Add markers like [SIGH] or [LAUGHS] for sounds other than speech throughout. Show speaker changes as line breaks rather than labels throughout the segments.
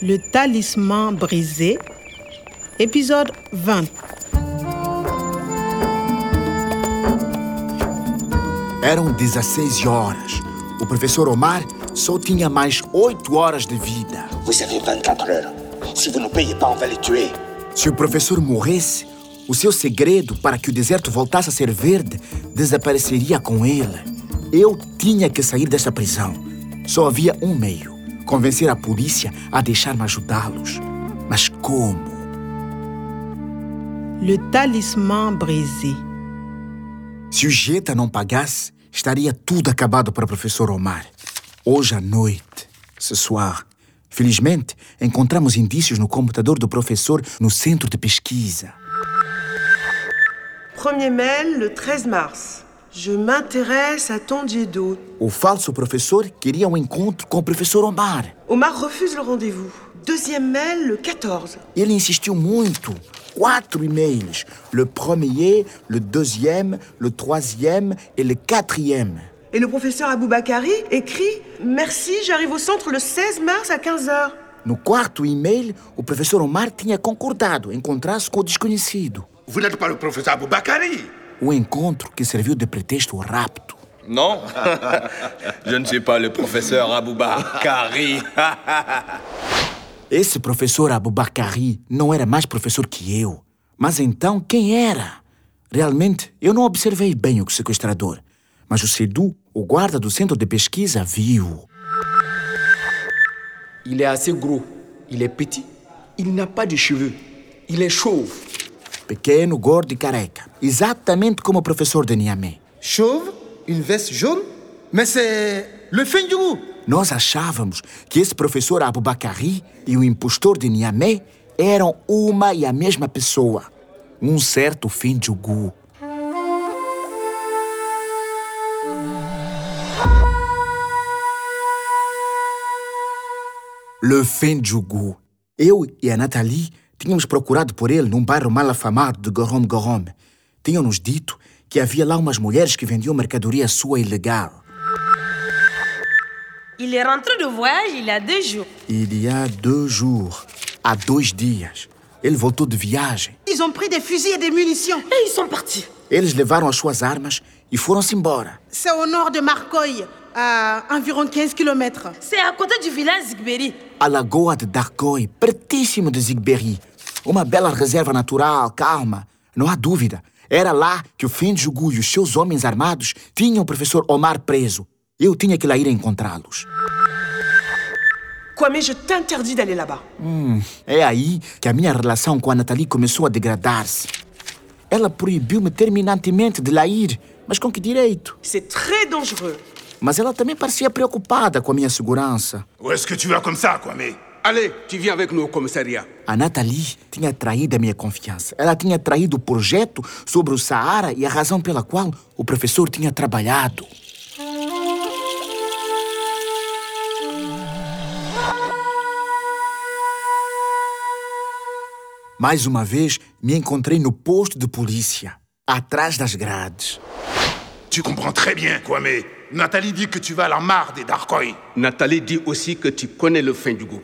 Le talisman brisé, épisode 20.
Eram 16 horas. O professor Omar só tinha mais 8 horas de vida.
Vous avez 24 heures. Si vous ne payez pas, on va les tuer.
Se o professor morresse, o seu segredo para que o deserto voltasse a ser verde desapareceria com ele. Eu tinha que sair desta prisão. Só havia um meio: convencer a polícia a deixar-me ajudá-los. Mas como?
Le talisman brisé.
Se o Jeta não pagasse, estaria tudo acabado para o professor Omar. Hoje à noite, ce soir, felizmente, encontramos indícios no computador do professor no centro de pesquisa.
Premier mail le 13 mars. Je m'intéresse à ton Diedo.
O falso professor queria um encontro com o professor Omar.
Omar refuse le rendez-vous. Deuxième mail le 14.
Ele insistiu muito. Quatro e-mails. Le premier, le deuxième, le troisième et le quatrième.
Et le professeur Aboubakari écrit Merci, j'arrive au centre le 16 mars à 15h.
No quarto e-mail, o professor Omar tinha concordado encontrar-se com o desconhecido.
Vous n'êtes pas le professeur Aboubakari
O Um encontro que serviu de pretexto ao rapto.
Non, [LAUGHS] je ne suis pas le professeur Aboubakari.
Esse professor Abubakari não era mais professor que eu. Mas então, quem era? Realmente, eu não observei bem o sequestrador. Mas o Sedu, o guarda do centro de pesquisa, viu.
Il est é assez gros, il est petit, il n'a pas de cheveux, il est chauve.
Pequeno, gordo e careca. Exatamente como o professor de Niamey.
chauve, une veste jaune, mais c'est le fin du goût.
Nós achávamos que esse professor Abubakari e o impostor de Niamey eram uma e a mesma pessoa. Um certo fim de Ugu. Le Fendjugu. Eu e a Nathalie tínhamos procurado por ele num bairro mal afamado de Gorom Gorom. Tinham-nos dito que havia lá umas mulheres que vendiam mercadoria sua ilegal.
Il est rentré de voyage il y a deux jours.
Il y a deux jours, há dois dias, ele voltou de viagem.
Ils ont pris des fusils et des munitions.
Et ils sont partis.
Eles levaram as suas armas e foram-se embora.
C'est au nord de Marcoy, à environ 15 km.
C'est à côté du village Zigberi.
A lagoa de Darkoi, pertíssimo de Zigberi. Uma bela reserva natural, calma. Não há dúvida. Era lá que o Fendjugu e os seus homens armados tinham o professor Omar preso. Eu tinha que lá ir encontrá-los.
Quoi, mais je t'interdis d'aller là-bas.
É aí que a minha relação com a Nathalie começou a degradar-se. Ela proibiu-me terminantemente de lá ir, mas com que direito?
C'est très dangereux.
Mas ela também parecia preocupada com a minha segurança.
Où est-ce que tu vas comme ça, Kwame Ah,
Allez, tu viens avec nous au commissariat.
A Nathalie tinha traído a minha confiança. Ela tinha traído o projeto sobre o Saara e a razão pela qual o professor tinha trabalhado. Mais uma vez, me encontrei no posto de polícia, atrás das grades.
Tu comprends très bien, Kwame. Nathalie dit que tu vas à la mare des Darkoi.
Nathalie dit aussi que tu connais le fin du goût.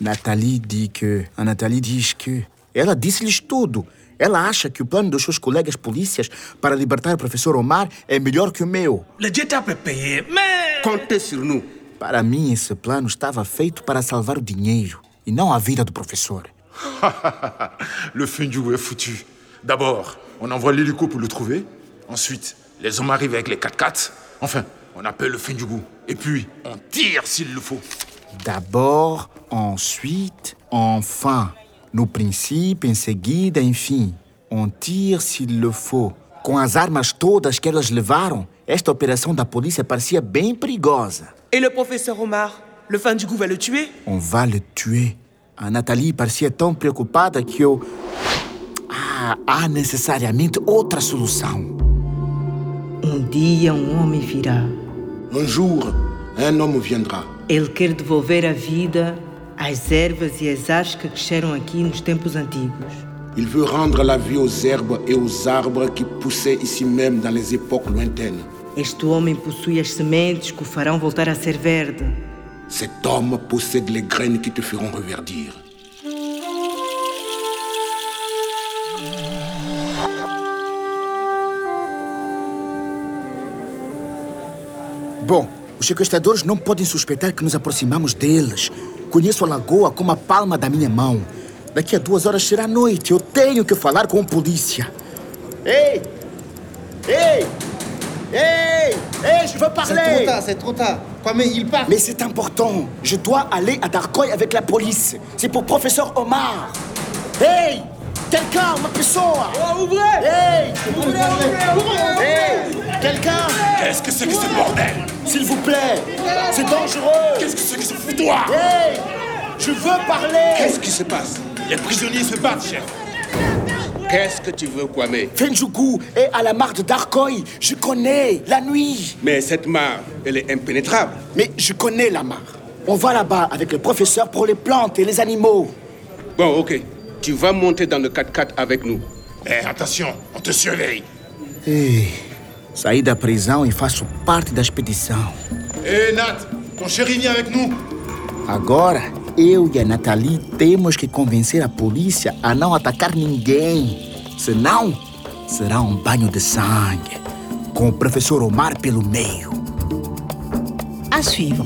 Nathalie diz que. A Nathalie diz que. Ela disse-lhes tudo. Ela acha que o plano dos seus colegas polícias para libertar o professor Omar é melhor que o meu.
Le Jetta peut payer, mais...
Comptez sur nous.
Para mim, esse plano estava feito para salvar o dinheiro e não a vida do professor.
[LAUGHS] le Fundu est foutu. D'abord, on envoie l'hélico pour le trouver. Ensuite, les hommes arrivent avec les 4x4. Enfin, on appelle le Fundu. Et puis, on tire s'il le faut.
D'abord, ensuite, enfin. No princípio, em seguida, enfim. On tire s'il le faut. Com as armas todas que elas levaram, esta operação da polícia parecia bem perigosa.
Et le professeur Omar Le fin du goût va le tuer
On va le tuer. A Nathalie parecia tão preocupada que eu. Ah, há necessariamente outra solução.
Um dia um homem virá.
Un jour, un homme viendra.
Ele quer devolver a vida às ervas e às árvores que cresceram aqui nos tempos antigos.
Il veut rendre la vie aux herbes et aux arbres qui poussaient ici même dans les époques lointaines.
Este homem possui as sementes que o farão voltar a ser verde.
Cet homme possède les graines qui te feront reverdir.
Bom, os sequestradores não podem suspeitar que nos aproximamos deles. Conheço a lagoa como a palma da minha mão. Daqui a duas horas será noite. Eu tenho que falar com a polícia.
Hey Hey Hey Hey, je veux parler
C'est trop tard, c'est trop tard. Kwame, il part.
Mais c'est important. Je dois aller à Darkoy avec la police. C'est pour professeur Omar. Hey Quelqu'un, uma pessoa
Oh, ouvrez
Hey
Ouvrez, ouvrez, ouvrez
Hey Quelqu'un
Qu'est-ce que c'est que ce bordel
S'il vous plaît C'est dangereux
Qu'est-ce que c'est que ce foutoir
Hey Je veux parler
Qu'est-ce qui se passe Les prisonniers se battent, chef.
Qu'est-ce que tu veux, Kwame
Fenjuku est à la mare de Darkoy. Je connais la nuit.
Mais cette mare, elle est impénétrable.
Mais je connais la mare. On va là-bas avec le professeur pour les plantes et les animaux.
Bon, ok. Tu vas monter dans le 4x4 avec nous.
Eh, attention, on te surveille.
Ei, saí da prisão e faço parte da expedição.
Hé, Nat, ton chéri vient avec nous.
Agora, eu e a Nathalie temos que convencer a polícia a não atacar ninguém. Senão, será um banho de sangue. Com o professor Omar pelo meio.
À suivre.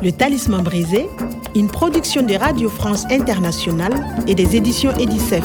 Le Talisman Brisé, une production de Radio France Internationale et des éditions Edicef.